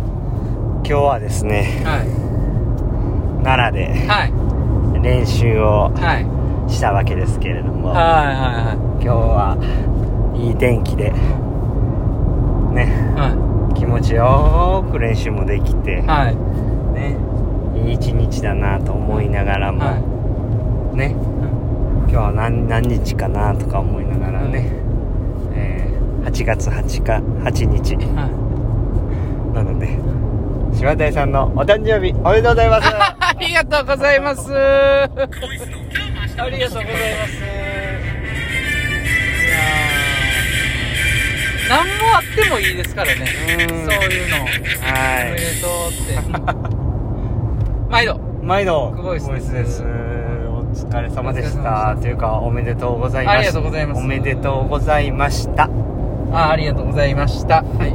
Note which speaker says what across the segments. Speaker 1: 今日はですね
Speaker 2: は
Speaker 1: 奈良
Speaker 2: いはい
Speaker 1: で練習を
Speaker 2: はい
Speaker 1: したわけですけれども今
Speaker 2: は
Speaker 1: 日はいい天気でね
Speaker 2: いは
Speaker 1: 気持ちよーく練習もできて
Speaker 2: いはいはい
Speaker 1: ねいい一日だなと思いながら
Speaker 2: はい
Speaker 1: もね今日は何何日かなとか思いながらねえー8月8日8日
Speaker 2: はい
Speaker 1: なので柴田さんのお誕生日おめでとうございます
Speaker 2: ありがとうございます。ありがとうございます。いやー何もあってもいいですからね。そ
Speaker 1: う
Speaker 2: う
Speaker 1: ん
Speaker 2: いうの。お
Speaker 1: は
Speaker 2: め
Speaker 1: い
Speaker 2: でとうって。毎度。
Speaker 1: 毎度
Speaker 2: 久保井です
Speaker 1: ですお疲れ様でし
Speaker 2: お疲れ様で
Speaker 1: たというかおめでとうございました
Speaker 2: ありがとうございます
Speaker 1: おめでとうございました
Speaker 2: あ、ありがとうございました。は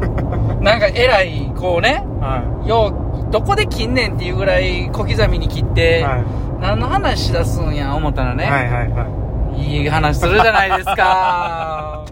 Speaker 2: い。なんか偉い、こうね、
Speaker 1: は
Speaker 2: よう、どこで切んねんっていうぐらい小刻みに切っ
Speaker 1: い
Speaker 2: て、
Speaker 1: はい
Speaker 2: 何の話しだすんや思ったらね、
Speaker 1: はいはいはい
Speaker 2: いい話するじゃないです か。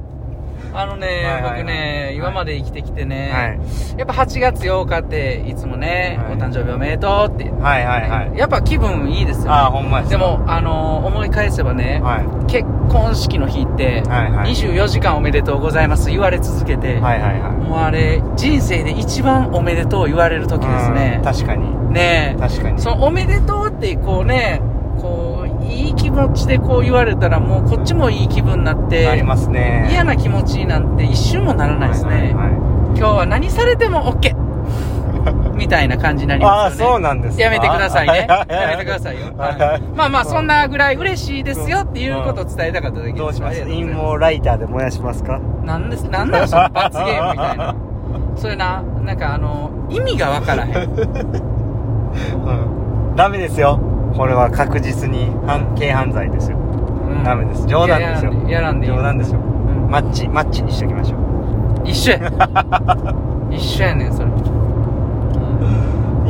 Speaker 2: あのね、
Speaker 1: はいはいはい
Speaker 2: 僕ね、今まで生きてきてね、
Speaker 1: はい
Speaker 2: やっぱ8月8日っていつもね、
Speaker 1: はい
Speaker 2: お誕生日おめでとうって、
Speaker 1: はいはいはい
Speaker 2: やっぱ気分いいですよ、
Speaker 1: ああほんまです
Speaker 2: でも、あのー思い返せばね、
Speaker 1: はい
Speaker 2: 結婚式の日って、
Speaker 1: はいはい
Speaker 2: 24時間おめでとうございます言われ続けて、
Speaker 1: はいはいはい
Speaker 2: もうあれ、人生で一番おめでとう言われる時ですね
Speaker 1: うん。確かに
Speaker 2: ねえ。
Speaker 1: 確かに
Speaker 2: そのおめでとうってこうねこういい気持ちでこう言われたらもうこっちもいい気分になって
Speaker 1: ありますね
Speaker 2: 嫌
Speaker 1: な
Speaker 2: な気持ちなんて一瞬もならないですね、今日は何されて も OK みたいな感じになり
Speaker 1: ああ
Speaker 2: ますよね
Speaker 1: そうなんですか
Speaker 2: やめてくださいね
Speaker 1: は
Speaker 2: や
Speaker 1: はは
Speaker 2: めてくださいよ、
Speaker 1: はいはい
Speaker 2: まあまあそんなぐらい嬉しいですよっていうことを伝えたかっただけです
Speaker 1: どうします
Speaker 2: ありがと
Speaker 1: 陰
Speaker 2: ござい
Speaker 1: 謀ライターで燃やしますか
Speaker 2: なんですなんなのその罰ゲームみたいなそれななんかあの意味がわからへん
Speaker 1: うんダメですよこれは確実に犯軽犯罪ですよ
Speaker 2: うん
Speaker 1: ダメです冗談ですよ
Speaker 2: いややらんでいい
Speaker 1: 冗談ですよ
Speaker 2: うん
Speaker 1: マッチマッチにしときましょう
Speaker 2: 一緒や 一緒やねんそれ、
Speaker 1: い
Speaker 2: お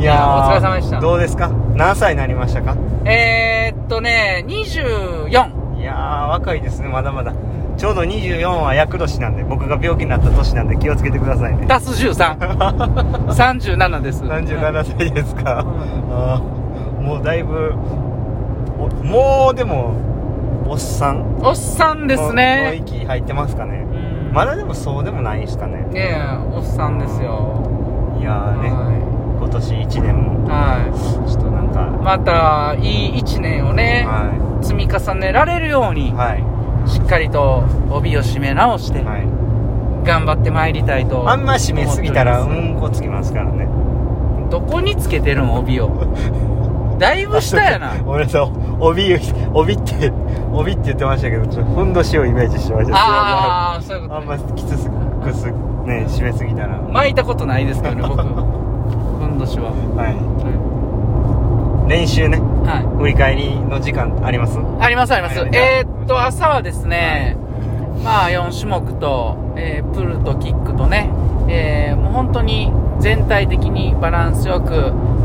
Speaker 2: 疲れ様でした
Speaker 1: どうですか何歳になりましたか
Speaker 2: えー、っとね24
Speaker 1: いやー若いですねまだまだちょうど24は厄年なんで僕が病気になった年なんで気をつけてくださいね
Speaker 2: 足す1337です
Speaker 1: 37歳ですか、
Speaker 2: うん
Speaker 1: あーもうだいぶおもうでもおっさん
Speaker 2: おっさんですね
Speaker 1: のの息入ってますかね
Speaker 2: うん
Speaker 1: まだでもそうでもないですかね
Speaker 2: ねえおっさんですよ
Speaker 1: いやーね
Speaker 2: は
Speaker 1: 今年1年も
Speaker 2: い、は
Speaker 1: ちょっとなん
Speaker 2: い、
Speaker 1: か
Speaker 2: またいい1年をね、
Speaker 1: は
Speaker 2: 積み重ねられるよう
Speaker 1: い
Speaker 2: に
Speaker 1: はい
Speaker 2: しっかりと帯を締め直して
Speaker 1: はい
Speaker 2: 頑張ってまいりたいと
Speaker 1: あんま締めすぎたらう
Speaker 2: 思っており
Speaker 1: んこつきますからね
Speaker 2: ますどこにつけてるん帯を だいぶ下やな
Speaker 1: 俺さ帯帯って帯って言ってましたけどちょっとふんどしをイメージしてました
Speaker 2: ああそういうこと、ね、
Speaker 1: あんまきつすくすね締めすぎたらは
Speaker 2: 巻いたことないですけどね 僕ふんどしは、
Speaker 1: い練習ね
Speaker 2: は
Speaker 1: 振り返りの時間あります
Speaker 2: い、ありますあります、
Speaker 1: はい
Speaker 2: えー、っと朝はですね、まあ4種目と、えープルとキックとね、えーもう本当に全体的にバランスよく、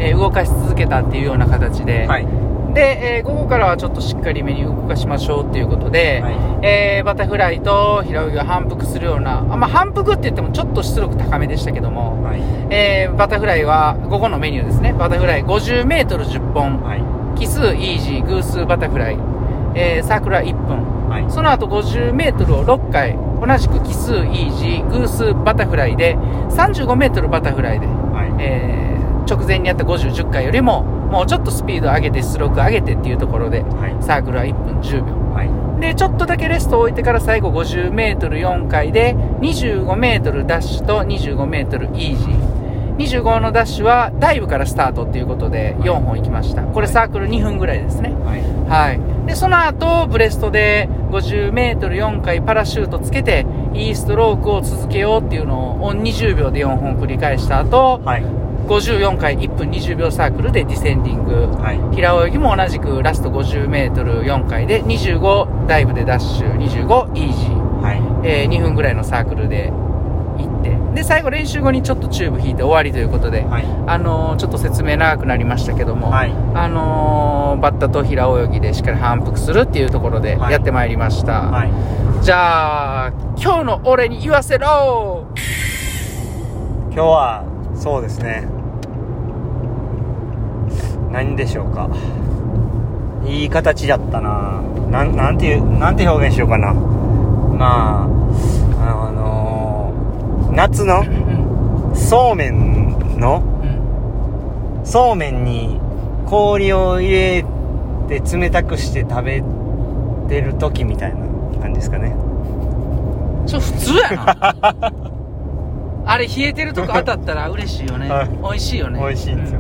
Speaker 2: えー動かし続けたっていうような形で、
Speaker 1: はい
Speaker 2: で、えー午後からはちょっとしっかりめに動かしましょうっていうことで、
Speaker 1: は
Speaker 2: えーバタフライと平泳ぎを反復するような、あまあ、反復って言ってもちょっと出力高めでしたけども、
Speaker 1: はい
Speaker 2: えーバタフライは午後のメニューですねバタフライ 50m10 本
Speaker 1: はい
Speaker 2: 奇数イージー偶数バタフライ、えー、サークルは1分
Speaker 1: はい
Speaker 2: その後 50m を6回同じく奇数イージー偶数バタフライで 35m バタフライで、
Speaker 1: はい
Speaker 2: えー直前にやった5010回よりももうちょっとスピード上げて出力上げてっていうところで
Speaker 1: はい
Speaker 2: サークルは1分10秒
Speaker 1: はい
Speaker 2: でちょっとだけレストを置いてから最後 50m4 回で 25m ダッシュと 25m イージー25のダッシュはダイブからスタートっていうことで4本行きましたこれサークル2分ぐらいですね
Speaker 1: はい
Speaker 2: はいでその後ブレストで 50m4 回パラシュートつけていいストロークを続けようっていうのをオン20秒で4本繰り返した後
Speaker 1: はい
Speaker 2: 54回1分20秒サークルでディセンディング
Speaker 1: はい
Speaker 2: 平泳ぎも同じくラスト 50m4 回で25ダイブでダッシュ25イージー、
Speaker 1: はい
Speaker 2: えー2分ぐらいのサークルで行ってで最後練習後にちょっとチューブ引いて終わりということで、
Speaker 1: はい
Speaker 2: あのーちょっと説明長くなりましたけども、
Speaker 1: はい
Speaker 2: あのーバッタと平泳ぎでしっかり反復するっていうところで
Speaker 1: はい
Speaker 2: やってまいりました、
Speaker 1: はい
Speaker 2: じゃあ今日の俺に言わせろ
Speaker 1: 今日はそうですね何でしょうかいい形だったななんなんていうなんて表現しようかなまああのー夏の
Speaker 2: うん
Speaker 1: そうめんの
Speaker 2: うん
Speaker 1: そうめんに氷を入れて冷たくして食べてる時みたいな感じですかね
Speaker 2: それ普通やな あれ冷えてるとこ当たったら嬉しいよね、
Speaker 1: はい
Speaker 2: 美味しいよね
Speaker 1: 美味しいんですよ、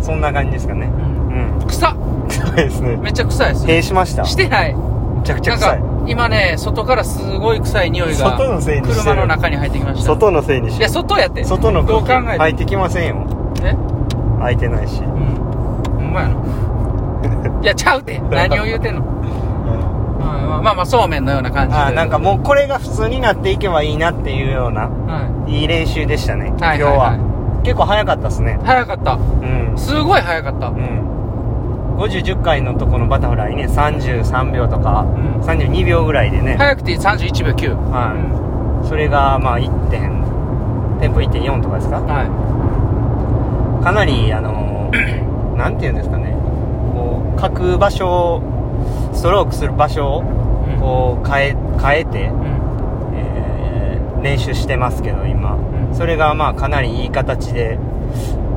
Speaker 1: そんな感じですかね
Speaker 2: うん
Speaker 1: うん
Speaker 2: 臭っ
Speaker 1: そうですね
Speaker 2: めっちゃ臭いです
Speaker 1: 閉しました
Speaker 2: してない
Speaker 1: めちゃくちゃ
Speaker 2: なん
Speaker 1: 臭い
Speaker 2: か今ね外からすごい臭い匂いが
Speaker 1: 外のせいにしてる
Speaker 2: 車の中に入ってきました
Speaker 1: 外のせいにし
Speaker 2: いや外やって
Speaker 1: 外の
Speaker 2: どう考
Speaker 1: 空気
Speaker 2: え
Speaker 1: 入
Speaker 2: て
Speaker 1: ってきませんよ
Speaker 2: え
Speaker 1: 開いてないし
Speaker 2: うんほんま やないやちゃうて何を言うてんの、うんまあまあまあそうめんのような感じで
Speaker 1: あーなんかもうこれが普通になっていけばいいなっていうような
Speaker 2: はい
Speaker 1: い練習でしたね、
Speaker 2: はいはいは
Speaker 1: 今
Speaker 2: い
Speaker 1: 日は結構早かったっすね
Speaker 2: い早かった
Speaker 1: うん
Speaker 2: すごい早かった
Speaker 1: うん5010回のとこのバタフライね33秒とか、
Speaker 2: うん
Speaker 1: 32秒ぐらいでね、
Speaker 2: 早くて31秒9
Speaker 1: はそれがまあ1点テンポ1.4とかですか
Speaker 2: は
Speaker 1: かなりあのーなんていうんですかねこう書く場所をストロークする場所を
Speaker 2: いうん
Speaker 1: こう変え変えて、
Speaker 2: うん
Speaker 1: えー練習してますけど今、
Speaker 2: うん
Speaker 1: それがまあかなりいい形で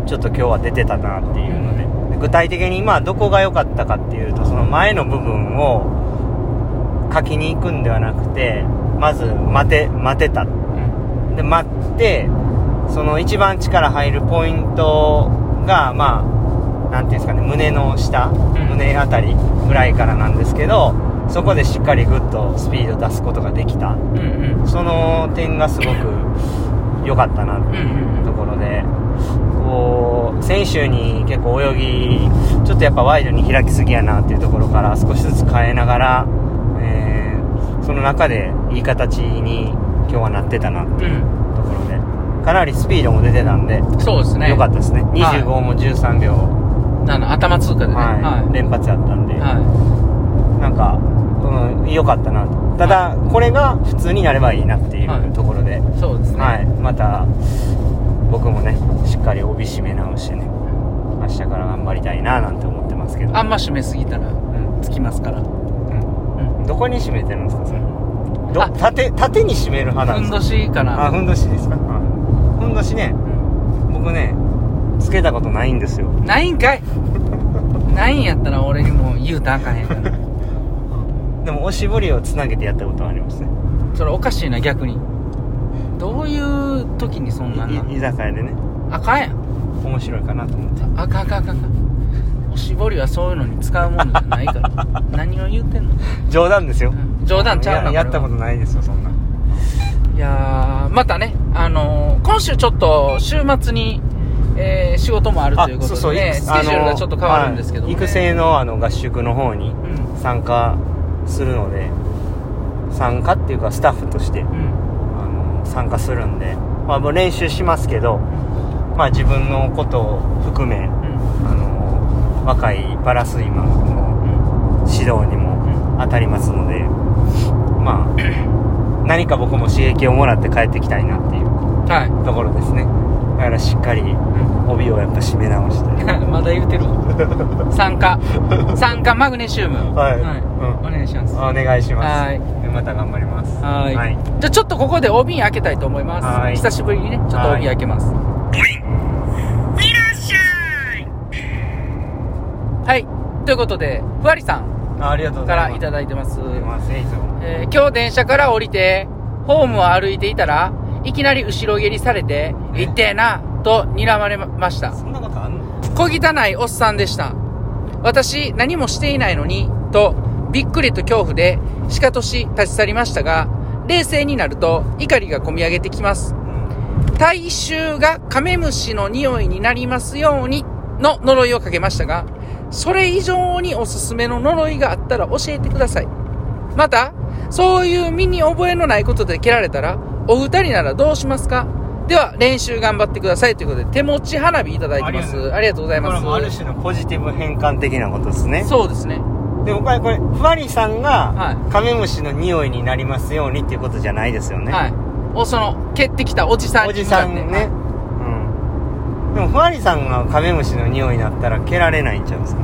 Speaker 1: ちょっと今日は出てたなっていうので、具体的にまあどこが良かったかっていうとその前の部分を書きに行くんではなくてまず待て待てた
Speaker 2: うん
Speaker 1: で待ってその一番力入るポイントがまあなんていうんですかね胸の下、
Speaker 2: ん
Speaker 1: 胸あたりぐらいからなんですけどそこでしっかりグッとスピード出すことができた
Speaker 2: うんうん
Speaker 1: その点がすごく良かったなっていうところで、こう先週に結構泳ぎちょっとやっぱワイドに開きすぎやなっていうところから少しずつ変えながら、えーその中でいい形に今日はなってたなっていうところでかなりスピードも出てたんで
Speaker 2: うんそうですね
Speaker 1: 良かったですね25も13秒、
Speaker 2: あの頭通過でね
Speaker 1: はい
Speaker 2: はい
Speaker 1: 連発やったんで、
Speaker 2: は
Speaker 1: なんか、うん、良かったなとただこれが普通になればいいなってい
Speaker 2: はいう
Speaker 1: ところで、
Speaker 2: いそうですね
Speaker 1: はい、また僕もねしっかり帯締め直してね明日から頑張りたいななんて思ってますけど
Speaker 2: あんま締めすぎたら
Speaker 1: うん
Speaker 2: つきますから
Speaker 1: うんどこに締めてるんですかそれど
Speaker 2: あ
Speaker 1: 縦縦に締める派な
Speaker 2: ふ
Speaker 1: んで
Speaker 2: ん
Speaker 1: すか
Speaker 2: どしかな
Speaker 1: あふんどしですかあふんどしね僕ねつけたことないんですよ
Speaker 2: ないんかいないんやったら俺にも言うたらあかへんから
Speaker 1: でもおしぼりをつなげてやったことはありますね
Speaker 2: それおかしいな逆にどういう時にそんなんなん
Speaker 1: い居酒屋でね
Speaker 2: あかんやん
Speaker 1: 面白いかなと思って
Speaker 2: あかんあかんあかんあかんおしぼりはそういうのに使うものじゃないから何を言ってんの
Speaker 1: 冗談ですよ
Speaker 2: うん冗談ちゃうない
Speaker 1: ややったことないですよそんない
Speaker 2: やーまたねあのー今週ちょっと週末に、えー仕事もあるということで、ね、
Speaker 1: いく
Speaker 2: スケジュールがちょっと変わるんですけど、
Speaker 1: あ
Speaker 2: ね
Speaker 1: のはい育成のあの合宿の方に
Speaker 2: うん
Speaker 1: 参加するので参加っていうかスタッフとしてあ
Speaker 2: うん
Speaker 1: の参加するんで、まあ、もう練習しますけど、まあ、自分のことを含めあ
Speaker 2: うん
Speaker 1: の若いパラスイマーの
Speaker 2: うん
Speaker 1: 指導にも当たりますのでま あ何か僕も刺激をもらって帰ってきたいなっていう
Speaker 2: はい
Speaker 1: ところですねだからしっかり帯をやっぱ締め直して
Speaker 2: まだ言うてる わ酸化酸化マグネシウム
Speaker 1: はい
Speaker 2: お願いします
Speaker 1: お願いします
Speaker 2: はい
Speaker 1: でまた頑張ります
Speaker 2: はい
Speaker 1: はい
Speaker 2: じゃあちょっとここでお瓶開けたいと思います
Speaker 1: はい
Speaker 2: 久しぶりにねちょっとお
Speaker 1: はい
Speaker 2: 瓶開けますはいということでふわりさん
Speaker 1: あありがとうご
Speaker 2: か
Speaker 1: ざいま
Speaker 2: ら
Speaker 1: す
Speaker 2: いただいてます、
Speaker 1: すいませんいつも
Speaker 2: えー今日電車から降りてホームを歩いていたらいきなり後ろ蹴りされて「
Speaker 1: え
Speaker 2: いってえな」と睨まれました
Speaker 1: そんなことあんの
Speaker 2: 小汚いおっさんでした。私、何もしていないのに、と、びっくりと恐怖で、しかとし立ち去りましたが、冷静になると怒りがこみ上げてきます。大衆がカメムシの匂いになりますように、の呪いをかけましたが、それ以上におすすめの呪いがあったら教えてください。また、そういう身に覚えのないことで蹴られたら、お二人ならどうしますかでは、練習頑張ってくださいということで、手持ち花火いただいてま。
Speaker 1: ありがとうございます
Speaker 2: ありがとうござい
Speaker 1: これもあ
Speaker 2: ま
Speaker 1: る
Speaker 2: す。
Speaker 1: 種のポジティブ変換的なことですね
Speaker 2: そうですね。
Speaker 1: で僕はこれふわりさん
Speaker 2: は
Speaker 1: が
Speaker 2: い
Speaker 1: カメムシの匂いになりますようにっていうことじゃないですよね
Speaker 2: はい。お、その、蹴ってきたおじさん
Speaker 1: お
Speaker 2: に
Speaker 1: じ
Speaker 2: 向か
Speaker 1: さ
Speaker 2: って
Speaker 1: んねうんでもフワリさんがカメムシの匂いだったら蹴られないんちゃうんです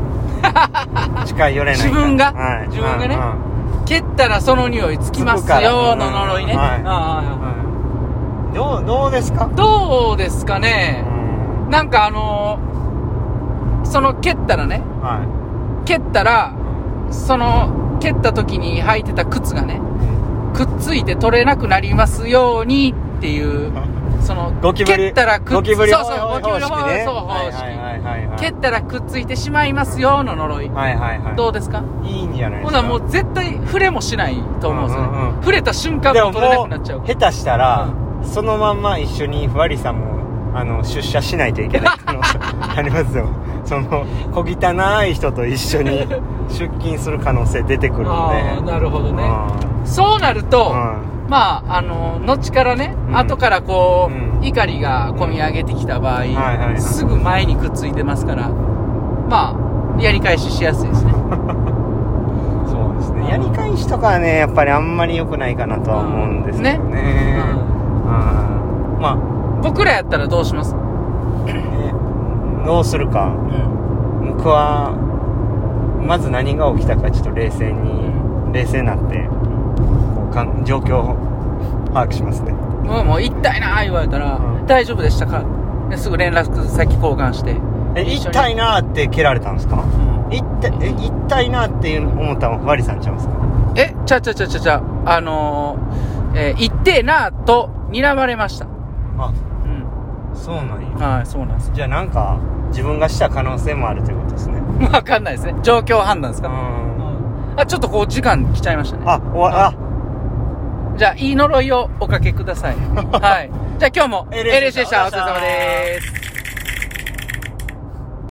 Speaker 1: か 近い寄れないから
Speaker 2: 自分が
Speaker 1: はい、
Speaker 2: 自分がね
Speaker 1: うんうん
Speaker 2: 蹴ったらその匂いつきます
Speaker 1: つくから
Speaker 2: よの呪いね、
Speaker 1: うんはい
Speaker 2: あああ
Speaker 1: はいどうどうですか
Speaker 2: あどうですか
Speaker 1: う
Speaker 2: ね、
Speaker 1: ん
Speaker 2: なんかあのーその蹴ったらね
Speaker 1: は
Speaker 2: 蹴ったらその蹴った時に履いてた靴がねくっついて取れなくなりますようにっていうその
Speaker 1: いゴキブリ
Speaker 2: 蹴ったらくっつ
Speaker 1: ゴキブリ
Speaker 2: そうそうゴキブリ
Speaker 1: 方式ね
Speaker 2: そう
Speaker 1: は
Speaker 2: 方
Speaker 1: い
Speaker 2: 式、
Speaker 1: はいはいはいはい
Speaker 2: 蹴ったらくっついてしまいますよの呪い、
Speaker 1: はいはいはい
Speaker 2: どうですか
Speaker 1: いいんじゃないで
Speaker 2: ほ
Speaker 1: す
Speaker 2: な
Speaker 1: か
Speaker 2: もう絶対触れもしないと思うんですよね、
Speaker 1: うんうんうん
Speaker 2: 触れた瞬間
Speaker 1: で
Speaker 2: も
Speaker 1: も
Speaker 2: 取れなく
Speaker 1: も
Speaker 2: なっちゃう
Speaker 1: う下手したら、そのまんま一緒にふわりさんもあの出社しないといけない 可能性ありますよその小汚い人と一緒 に出勤する可能性出てくるので
Speaker 2: ああなるほどね
Speaker 1: うん
Speaker 2: そうなると、
Speaker 1: うん
Speaker 2: まああの後からね、
Speaker 1: うん
Speaker 2: 後からこう、
Speaker 1: うん
Speaker 2: 怒りが込み上げてきた場合、
Speaker 1: はいはい
Speaker 2: すぐ前にくっついてますからまあやり返ししやすいですね
Speaker 1: そうですねやり返しとかはねやっぱりあんまり良くないかなとは思うんですけどね,うん、ま
Speaker 2: 僕らやったらどうします、
Speaker 1: あ、ねどうするか僕はまず何が起きたかちょっと冷静に冷静になってこうかん状況を把握しますね
Speaker 2: もうもう行ったいなー言われたら、
Speaker 1: うん
Speaker 2: 大丈夫でしたかですぐ連絡先交換して、
Speaker 1: え
Speaker 2: 一緒に
Speaker 1: 行ったいなーって蹴られたんですか行ってえ行ったいなーっていう思ったのはワリさんちゃうんですか
Speaker 2: えちゃうちゃうちゃうちゃうちゃうあのー、えー行ってえなーと睨まれました
Speaker 1: あ
Speaker 2: うん
Speaker 1: そうなんや
Speaker 2: はいそうなんです
Speaker 1: じゃあなんか自分がした可能性もあるということですね
Speaker 2: 分かんないですね状況判断です
Speaker 1: う
Speaker 2: か、
Speaker 1: ん
Speaker 2: あちょっとこう時間来ちゃいましたね
Speaker 1: あおわあ
Speaker 2: じ ゃあいい呪いをおかけくださいはいじゃあ今日も
Speaker 1: エ
Speaker 2: エ
Speaker 1: レ
Speaker 2: レ
Speaker 1: ス
Speaker 2: ス
Speaker 1: で
Speaker 2: で
Speaker 1: し
Speaker 2: したたお疲れ様です